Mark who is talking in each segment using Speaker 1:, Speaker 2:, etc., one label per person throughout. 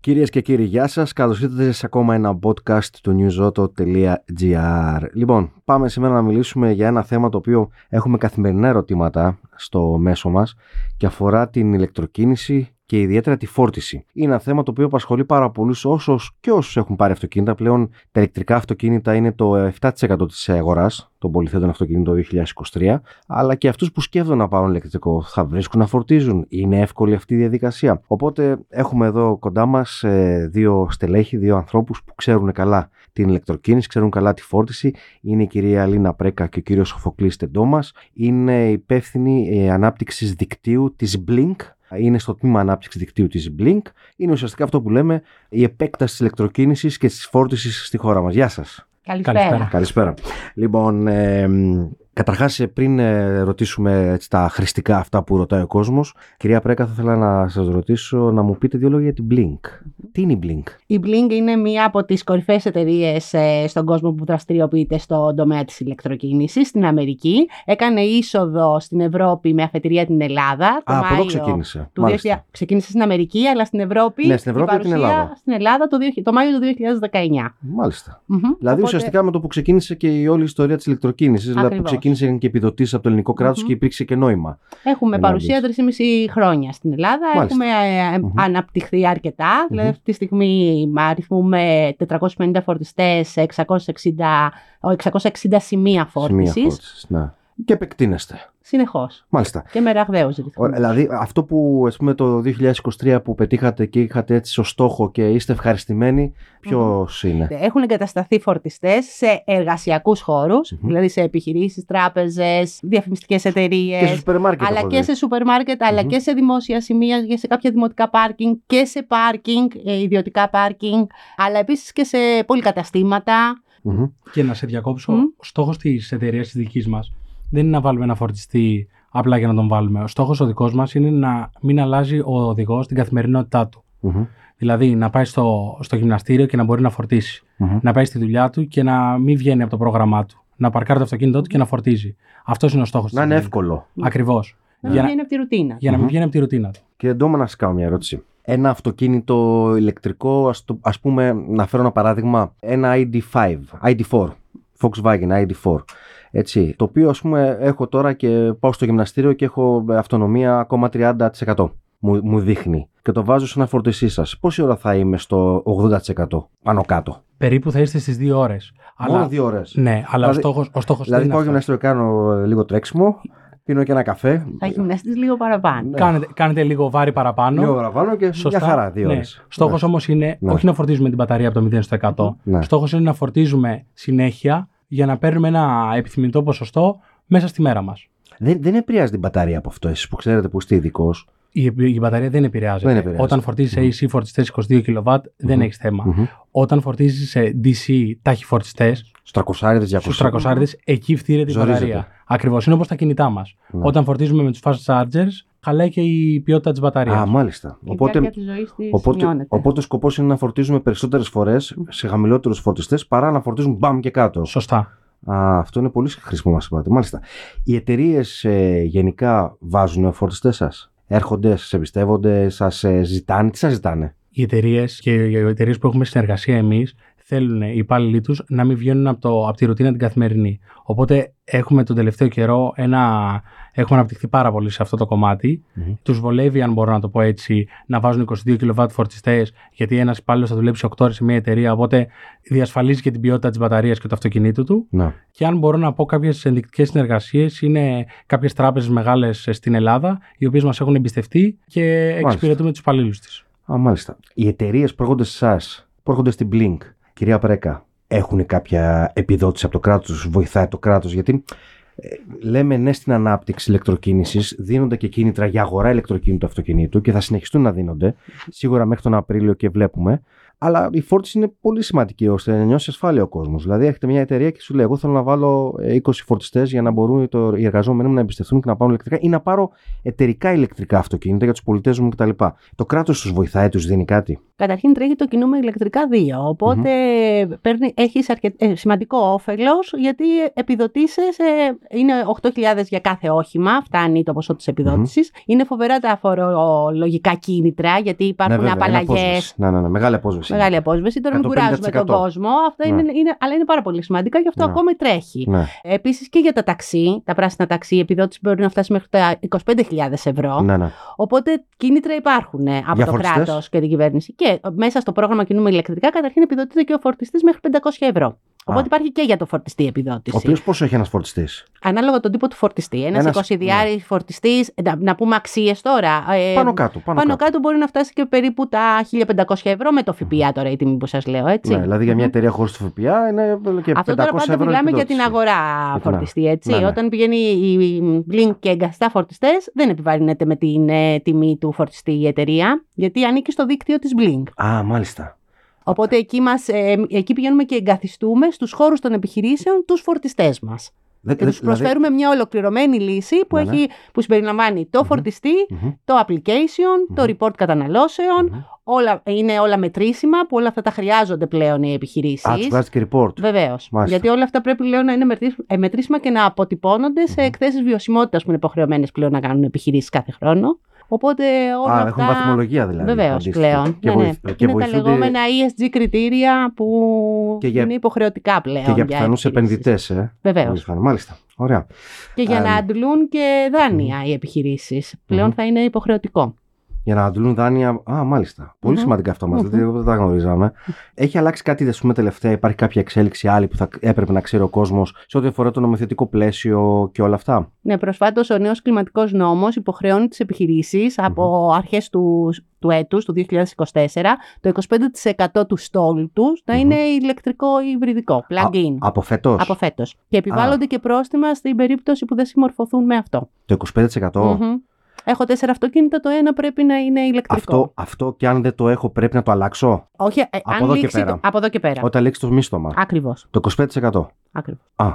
Speaker 1: Κυρίες και κύριοι, γεια σας. Καλώς ήρθατε σε ακόμα ένα podcast του newsroto.gr. Λοιπόν, πάμε σήμερα να μιλήσουμε για ένα θέμα το οποίο έχουμε καθημερινά ερωτήματα στο μέσο μας και αφορά την ηλεκτροκίνηση και ιδιαίτερα τη φόρτιση. Είναι ένα θέμα το οποίο απασχολεί πάρα πολλούς όσους και όσους έχουν πάρει αυτοκίνητα. Πλέον τα ηλεκτρικά αυτοκίνητα είναι το 7% της αγοράς των πολυθέτων αυτοκινήτων το 2023. Αλλά και αυτούς που σκέφτονται να πάρουν ηλεκτρικό θα βρίσκουν να φορτίζουν. Είναι εύκολη αυτή η διαδικασία. Οπότε έχουμε εδώ κοντά μας δύο στελέχη, δύο ανθρώπους που ξέρουν καλά την ηλεκτροκίνηση, ξέρουν καλά τη φόρτιση. Είναι η κυρία Αλίνα Πρέκα και ο κύριος Σοφοκλής Τεντόμας. Είναι υπεύθυνη ανάπτυξης δικτύου της Blink, είναι στο τμήμα ανάπτυξης δικτύου της Blink. Είναι ουσιαστικά αυτό που λέμε η επέκταση της ηλεκτροκίνησης και της φόρτισης στη χώρα μας. Γεια σας.
Speaker 2: Καλησπέρα.
Speaker 1: Καλησπέρα. Λοιπόν, ε, καταρχά, πριν ε, ρωτήσουμε έτσι, τα χρηστικά αυτά που ρωτάει ο κόσμος, κυρία Πρέκα, θα ήθελα να σας ρωτήσω να μου πείτε δύο λόγια για την Blink. Mm-hmm. Τι είναι η Blink,
Speaker 2: Η Blink είναι μία από τις κορυφαίες εταιρείες ε, στον κόσμο που δραστηριοποιείται στον τομέα της ηλεκτροκίνησης στην Αμερική. Έκανε είσοδο στην Ευρώπη με αφετηρία την Ελλάδα. Το
Speaker 1: Α,
Speaker 2: Μάιο
Speaker 1: από εδώ ξεκίνησε.
Speaker 2: Του 2000... Ξεκίνησε στην Αμερική, αλλά στην Ευρώπη.
Speaker 1: Ναι, στην Ευρώπη
Speaker 2: η
Speaker 1: και την
Speaker 2: παρουσία
Speaker 1: Ελλάδα.
Speaker 2: Στην Ελλάδα το, 2000 το Μάιο του 2019.
Speaker 1: Μάλιστα.
Speaker 2: Μμμ.
Speaker 1: Δηλαδή,
Speaker 2: Οπότε-
Speaker 1: ουσιαστικά με το που ξεκίνησε και η όλη η ιστορία της ηλεκτροκίνησης, δηλαδή που
Speaker 2: Ακριβώς. Mm-hmm.
Speaker 1: ξεκίνησαν και επιδοτήσεις από το ελληνικό κράτος
Speaker 2: Μμμ.
Speaker 1: και υπήρξε και νόημα.
Speaker 2: Έχουμε
Speaker 1: Ενάντια.
Speaker 2: παρουσία 3,5 χρόνια στην Ελλάδα.
Speaker 1: Μάλιστα.
Speaker 2: Έχουμε ε, ε,
Speaker 1: Μμμ.
Speaker 2: αναπτυχθεί αρκετά. Δηλαδή,
Speaker 1: Μμμ.
Speaker 2: αυτή τη στιγμή αριθμούμε 450 φορτιστέ, 660, ο, 660 σημεία
Speaker 1: Σημεία
Speaker 2: φόρτισης.
Speaker 1: φόρτισης, ναι. Και επεκτείνεστε.
Speaker 2: Συνεχώς.
Speaker 1: Μάλιστα.
Speaker 2: Και με ραγδαίου ρυθμού.
Speaker 1: Ωραία, Δηλαδή αυτό που ας πούμε, το 2023 που πετύχατε και είχατε έτσι ως στόχο και είστε ευχαριστημένοι,
Speaker 2: Mm-hmm.
Speaker 1: ποιος είναι.
Speaker 2: Ε, Έχουν εγκατασταθεί φορτιστές σε εργασιακούς
Speaker 1: Μμμ.
Speaker 2: δηλαδή σε επιχειρήσεις, τράπεζες, διαφημιστικές εταιρείες.
Speaker 1: Και στο σούπερ μάρκετ.
Speaker 2: Ε, αλλά
Speaker 1: έχω
Speaker 2: και
Speaker 1: δει.
Speaker 2: σε σούπερ μάρκετ, αλλά
Speaker 1: Μμμ.
Speaker 2: και σε δημόσια σημεία, και σε κάποια δημοτικά πάρκινγκ και σε πάρκινγκ, ε, ιδιωτικά πάρκινγκ, αλλά επίσης και σε πολυκαταστήματα.
Speaker 1: Μμμ.
Speaker 3: Και να σε διακόψω,
Speaker 2: Μμμ.
Speaker 3: ο στόχος της εταιρείας της δικής μας δεν είναι να βάλουμε ένα φορτιστή απλά για να τον βάλουμε. Ο στόχος ο δικός μας είναι να μην αλλάζει ο οδηγός την καθημερινότητά του.
Speaker 1: Μμμ.
Speaker 3: Δηλαδή να πάει στο, στο γυμναστήριο και να μπορεί να φορτίσει.
Speaker 1: Μμμ.
Speaker 3: Να πάει στη δουλειά του και να μην βγαίνει από το πρόγραμμά του. Να παρκάρει το αυτοκίνητό του και να φορτίζει. Αυτός είναι ο στόχος.
Speaker 1: Να είναι εύκολο.
Speaker 3: Ακριβώς.
Speaker 2: Να
Speaker 3: Για,
Speaker 2: μην
Speaker 3: να-
Speaker 2: βγαίνει από τη ρουτίνα.
Speaker 3: για να μην
Speaker 1: Μμμ.
Speaker 3: βγαίνει από τη ρουτίνα του.
Speaker 1: Κύριε Ντόμα, να σας κάνω μια ερώτηση. Ένα αυτοκίνητο ηλεκτρικό, ας, το- ας πούμε, να φέρω ένα παράδειγμα, ένα ID5, ID4, Volkswagen ID4. Έτσι, το οποίο ας πούμε έχω τώρα και πάω στο γυμναστήριο και έχω αυτονομία ακόμα 30%. Μου, μου δείχνει και το βάζω σε ένα φορτισί σας. Πόση ώρα θα είμαι στο 80% πάνω κάτω.
Speaker 3: Περίπου θα είστε στις δύο ώρες.
Speaker 1: Μόνο δύο ώρες.
Speaker 3: Ναι,
Speaker 1: Δηλαδή-
Speaker 3: αλλά ο στόχος ο στόχος
Speaker 1: δηλαδή
Speaker 3: δεν
Speaker 1: πάω
Speaker 3: είναι. αυτός.
Speaker 1: γυμναστήριο, κάνω ε, λίγο τρέξιμο, πίνω και ένα καφέ.
Speaker 2: Θα γυμναστείς λίγο παραπάνω.
Speaker 1: Ναι.
Speaker 3: Κάνετε, κάνετε λίγο βάρη παραπάνω.
Speaker 1: Λίγο παραπάνω και μια χαρά δύο ώρες.
Speaker 3: Στόχος όμω Ναι. είναι
Speaker 1: Ναι.
Speaker 3: όχι να φορτίζουμε την μπαταρία από το 0 στο 100.
Speaker 1: Ναι.
Speaker 3: Στόχος είναι να φορτίζουμε συνέχεια για να παίρνουμε ένα επιθυμητό ποσοστό μέσα στη μέρα μας.
Speaker 1: Δεν, δεν επηρεάζει την μπαταρία από αυτό, εσείς που ξέρετε που είστε ειδικός.
Speaker 3: Η, επι- η μπαταρία δεν επηρεάζεται.
Speaker 1: Δεν Ναι. επηρεάζεται.
Speaker 3: Όταν φορτίζει AC φορτιστέ 22 kW δεν έχεις θέμα. Όταν φορτίζει σε DC ταχυφορτιστέ
Speaker 1: Στου 300
Speaker 3: στου 300 εκεί φτύρεται η
Speaker 1: Ζορίζεται.
Speaker 3: μπαταρία. Ακριβώς. Είναι όπως τα κινητά μας.
Speaker 1: Ναι.
Speaker 3: Όταν φορτίζουμε με τους fast chargers, χαλάει και η ποιότητα της μπαταρίας.
Speaker 1: Α, μάλιστα.
Speaker 2: Και η διάρκεια
Speaker 1: Οπότε,
Speaker 2: της ζωής της
Speaker 1: οπότε,
Speaker 2: μειώνεται.
Speaker 1: οπότε ο σκοπός είναι να φορτίζουμε περισσότερες φορές σε χαμηλότερους φορτιστές παρά να φορτίζουν μπαμ και κάτω.
Speaker 3: Σωστά.
Speaker 1: Α, αυτό είναι πολύ χρήσιμο μα είπατε. Μάλιστα. Οι εταιρείες ε, γενικά βάζουν φορτιστές σας. Έρχονται, σας εμπιστεύονται, σας ε, ζητάνε. Τι σας ζητάνε.
Speaker 3: οι εταιρείες και οι εταιρείες που έχουμε συνεργασία εμείς θέλουν οι υπάλληλοι τους να μην βγαίνουν από, το, από τη ρουτίνα την καθημερινή. Οπότε έχουμε τον τελευταίο καιρό ένα. Έχουμε αναπτυχθεί πάρα πολύ σε αυτό το κομματι
Speaker 1: Μμμ.
Speaker 3: Τους βολεύει, αν μπορώ να το πω έτσι, να βάζουν 22 kW φορτιστές, γιατί ένας υπάλληλος θα δουλέψει 8 ώρες σε μια εταιρεία. Οπότε διασφαλίζει και την ποιότητα της μπαταρίας και του αυτοκινήτου του.
Speaker 1: Ναι.
Speaker 3: Και αν μπορώ να πω κάποιες ενδεικτικές συνεργασίες, είναι κάποιες τράπεζες μεγάλες στην Ελλάδα, οι οποίες μας έχουν εμπιστευτεί και εξυπηρετούμε τους υπαλλήλους της.
Speaker 1: Α, μάλιστα. Οι εταιρείες που έρχονται σε εσάς, που έρχονται στην Blink, κυρία Πρέκα, έχουν κάποια επιδότηση από το κράτος, βοηθάει το κράτος, γιατί ε, λέμε ναι στην ανάπτυξη ηλεκτροκίνησης, δίνονται και κίνητρα για αγορά ηλεκτροκίνητου αυτοκινήτου και θα συνεχιστούν να δίνονται σίγουρα μέχρι τον Απρίλιο και βλέπουμε. Αλλά η φόρτιση είναι πολύ σημαντική ώστε να νιώσει ασφάλεια ο κόσμος. Δηλαδή, έρχεται μια εταιρεία και σου λέει: Εγώ θέλω να βάλω ε, 20 φορτιστές για να μπορούν το, οι εργαζόμενοι μου να εμπιστευτούν και να πάρουν ηλεκτρικά ή να πάρω εταιρικά ηλεκτρικά αυτοκίνητα για τους πολιτές μου κτλ. Το κράτος τους βοηθάει, τους δίνει κάτι.
Speaker 2: Καταρχήν τρέχει το κοινό με ηλεκτρικά δύο. Οπότε παίρνει, έχεις αρκε- ε, σημαντικό όφελος γιατί επιδοτήσεις ε, είναι 8.000 για κάθε όχημα. Φτάνει το ποσό της επιδότησης. Είναι φοβερά τα φορολογικά κίνητρα γιατί υπάρχουν
Speaker 1: Ναι, βέβαια, είναι
Speaker 2: απαλλαγές.
Speaker 1: απόσβεση. Ναι, ναι, ναι, μεγάλη απόσβεση.
Speaker 2: Μεγάλη απόσβεση. Τώρα μην
Speaker 1: 150%.
Speaker 2: κουράζουμε τον κόσμο. Αυτά
Speaker 1: Ναι.
Speaker 2: είναι, είναι, αλλά είναι πάρα πολύ σημαντικά γι' αυτό
Speaker 1: Ναι.
Speaker 2: ακόμη τρέχει.
Speaker 1: Ναι,
Speaker 2: Επίσης και για τα ταξί, τα πράσινα ταξί, η επιδότηση μπορεί να φτάσει μέχρι τα 25.000 ευρώ.
Speaker 1: ναι, ναι.
Speaker 2: Οπότε κίνητρα υπάρχουν ε, από
Speaker 1: Για
Speaker 2: το
Speaker 1: φορτιστές.
Speaker 2: κράτος και την κυβέρνηση. Και μέσα στο πρόγραμμα κινούμε ηλεκτρικά, καταρχήν επιδοτείται και ο φορτιστής μέχρι 500 ευρώ. Οπότε
Speaker 1: Α.
Speaker 2: υπάρχει και για το φορτιστή
Speaker 1: Ο
Speaker 2: επιδότηση.
Speaker 1: οποίος πόσο έχει ένας φορτιστής.
Speaker 2: Ανάλογα τον τύπο του φορτιστή. Ένας
Speaker 1: Ένας- Ναι.
Speaker 2: 20 διάρη φορτιστής, να, να πούμε αξίες τώρα. ε,
Speaker 1: πάνω κάτω. Πάνω,
Speaker 2: πάνω κάτω μπορεί να φτάσει και περίπου τα 1500 ευρώ με το ΦΠΑ τώρα η τιμή που σας λέω, έτσι.
Speaker 1: Ναι, δηλαδή για μια
Speaker 2: Μμμ.
Speaker 1: εταιρεία χωρίς το ΦΠΑ είναι και 500
Speaker 2: Αυτό τώρα πάντα
Speaker 1: ευρώ.
Speaker 2: μιλάμε για
Speaker 1: επιδότηση.
Speaker 2: την αγορά
Speaker 1: την
Speaker 2: φορτιστή, έτσι.
Speaker 1: Ναι, ναι.
Speaker 2: Όταν πηγαίνει η Blink και εγκαστά φορτιστές, δεν επιβαρύνεται με την ε, τιμή του φορτιστή η εταιρεία, γιατί ανήκει στο δίκτυο της Blink.
Speaker 1: Α, μάλιστα.
Speaker 2: Οπότε εκεί, μας, ε, εκεί πηγαίνουμε και εγκαθιστούμε στους χώρους των επιχειρήσεων τους φορτιστές μας.
Speaker 1: Δεν
Speaker 2: Και τους προσφέρουμε μια ολοκληρωμένη λύση που,
Speaker 1: Ε, δηλαδή Ναι, ναι.
Speaker 2: έχει, που συμπεριλαμβάνει το
Speaker 1: Μμμ. φορτιστη
Speaker 2: φορτιστή, το application, το
Speaker 1: Μμμ.
Speaker 2: report καταναλώσεων. Όλα, είναι όλα μετρήσιμα που όλα αυτά τα χρειάζονται πλέον οι επιχειρήσεις.
Speaker 1: Α, τους βγάζει και report.
Speaker 2: Βεβαίως.
Speaker 1: Μάλιστα.
Speaker 2: Γιατί όλα αυτά πρέπει πλέον να είναι μετρήσ- ε, μετρήσιμα και να αποτυπώνονται σε
Speaker 1: Μμμ.
Speaker 2: εκθέσεις βιωσιμότητας που είναι υποχρεωμένες πλέον να κάνουν επιχειρήσεις κάθε χρόνο. Οπότε όλα
Speaker 1: Α,
Speaker 2: αυτά.
Speaker 1: έχουν βαθμολογία δηλαδή.
Speaker 2: Βεβαίως
Speaker 1: αντίστοιχη.
Speaker 2: πλέον.
Speaker 1: Και,
Speaker 2: ναι, ναι.
Speaker 1: βοηθ- και
Speaker 2: είναι τα
Speaker 1: βοηθούνται
Speaker 2: λεγόμενα ESG κριτήρια που
Speaker 1: Και για-
Speaker 2: είναι υποχρεωτικά πλέον.
Speaker 1: και για πιθανού επενδυτές. Ε.
Speaker 2: Βεβαίως.
Speaker 1: Βοηθάνε, Μάλιστα. Ωραία.
Speaker 2: Και για
Speaker 1: Ε,
Speaker 2: να αντλούν και δάνεια οι επιχειρήσεις. Πλέον θα είναι υποχρεωτικό.
Speaker 1: Για να αντλούν δάνεια. Α, μάλιστα. Πολύ
Speaker 2: Μμμ.
Speaker 1: σημαντικά αυτά μας.
Speaker 2: Μμμ.
Speaker 1: Δηλαδή δεν τα γνωρίζαμε. Έχει αλλάξει κάτι, ας πούμε, τελευταία. Υπάρχει κάποια εξέλιξη άλλη που θα έπρεπε να ξέρει ο κόσμος σε ό,τι αφορά το νομοθετικό πλαίσιο και όλα αυτά.
Speaker 2: Ναι, προσφάτως ο νέος κλιματικός νόμος υποχρεώνει τις επιχειρήσεις από αρχές του, του έτους, του 2024, το 25% του στόλου τους να
Speaker 1: Μμμ.
Speaker 2: είναι ηλεκτρικό ή υβριδικό, plug-in.
Speaker 1: Από φέτο.
Speaker 2: Από φέτο. Και επιβάλλονται και πρόστιμα στην περίπτωση που δεν συμμορφωθούν με αυτό.
Speaker 1: Το 25%.
Speaker 2: Μμμ. Έχω τέσσερα αυτοκίνητα, το ένα πρέπει να είναι ηλεκτρικό.
Speaker 1: Αυτό, αυτό και αν δεν το έχω πρέπει να το αλλάξω
Speaker 2: Όχι, ε,
Speaker 1: Από
Speaker 2: αν
Speaker 1: εδώ και
Speaker 2: λήξει
Speaker 1: πέρα.
Speaker 2: το- από εδώ και πέρα.
Speaker 1: όταν λήξει το μίστομα.
Speaker 2: Ακριβώς.
Speaker 1: Το 25%. Α,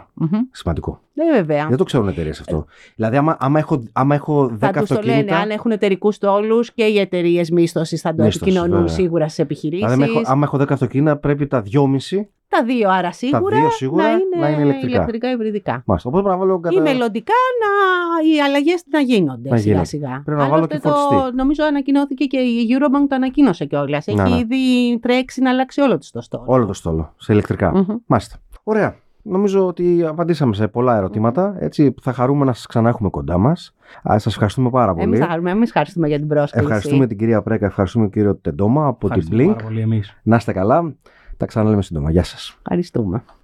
Speaker 1: σημαντικό.
Speaker 2: Ναι, βέβαια.
Speaker 1: Δεν το ξέρουν εταιρείες αυτό. Δηλαδή, άμα, άμα, έχω, άμα έχω 10
Speaker 2: Ε. Θα τους το
Speaker 1: αυτοκίνητα.
Speaker 2: λένε αν έχουν εταιρικούς τόλου και οι εταιρείες μίσθωσης θα το
Speaker 1: Μίσθωσης,
Speaker 2: επικοινωνούν
Speaker 1: βέβαια.
Speaker 2: σίγουρα στις επιχειρήσει.
Speaker 1: Δηλαδή, άμα έχω, άμα έχω 10 αυτοκίνητα, πρέπει τα 2,5
Speaker 2: Τα δύο άρα σίγουρα,
Speaker 1: τα δύο σίγουρα
Speaker 2: να, είναι
Speaker 1: ηλεκτρικά.
Speaker 2: ηλεκτρικά υβριδικά.
Speaker 1: Μάλιστα. Οπότε πρέπει να βάλω
Speaker 2: Ή
Speaker 1: κατά.
Speaker 2: μελλοντικά να, οι άλλαγέ να γίνονται
Speaker 1: Να
Speaker 2: σιγά
Speaker 1: γίνονται.
Speaker 2: σιγά.
Speaker 1: Πρέπει να βάλω και
Speaker 2: το,
Speaker 1: φορτιστή.
Speaker 2: νομίζω ανακοινώθηκε και η Eurobank το ανακοίνωσε κιόλας. Έχει
Speaker 1: Να, ναι.
Speaker 2: ήδη τρέξει να αλλάξει όλο της το στόλο.
Speaker 1: Όλο το στόλο σε ηλεκτρικα
Speaker 2: Μμμ.
Speaker 1: Μάλιστα. Ωραία. Νομίζω ότι απαντήσαμε σε πολλά ερωτήματα. Έτσι, θα χαρούμε να σας ξανά έχουμε κοντά μας. Σας ευχαριστούμε πάρα πολύ.
Speaker 2: Εμείς θα χαρούμε, εμείς ευχαριστούμε για την πρόσκληση.
Speaker 1: Ευχαριστούμε την κυρία Πρέκα, ευχαριστούμε τον κύριο Τεντόμα από την
Speaker 3: Ευχαριστούμε
Speaker 1: Blink.
Speaker 3: πάρα πολύ εμείς.
Speaker 1: Να είστε καλά. Τα ξαναλέμε σύντομα. Γεια σας.
Speaker 2: Ευχαριστούμε.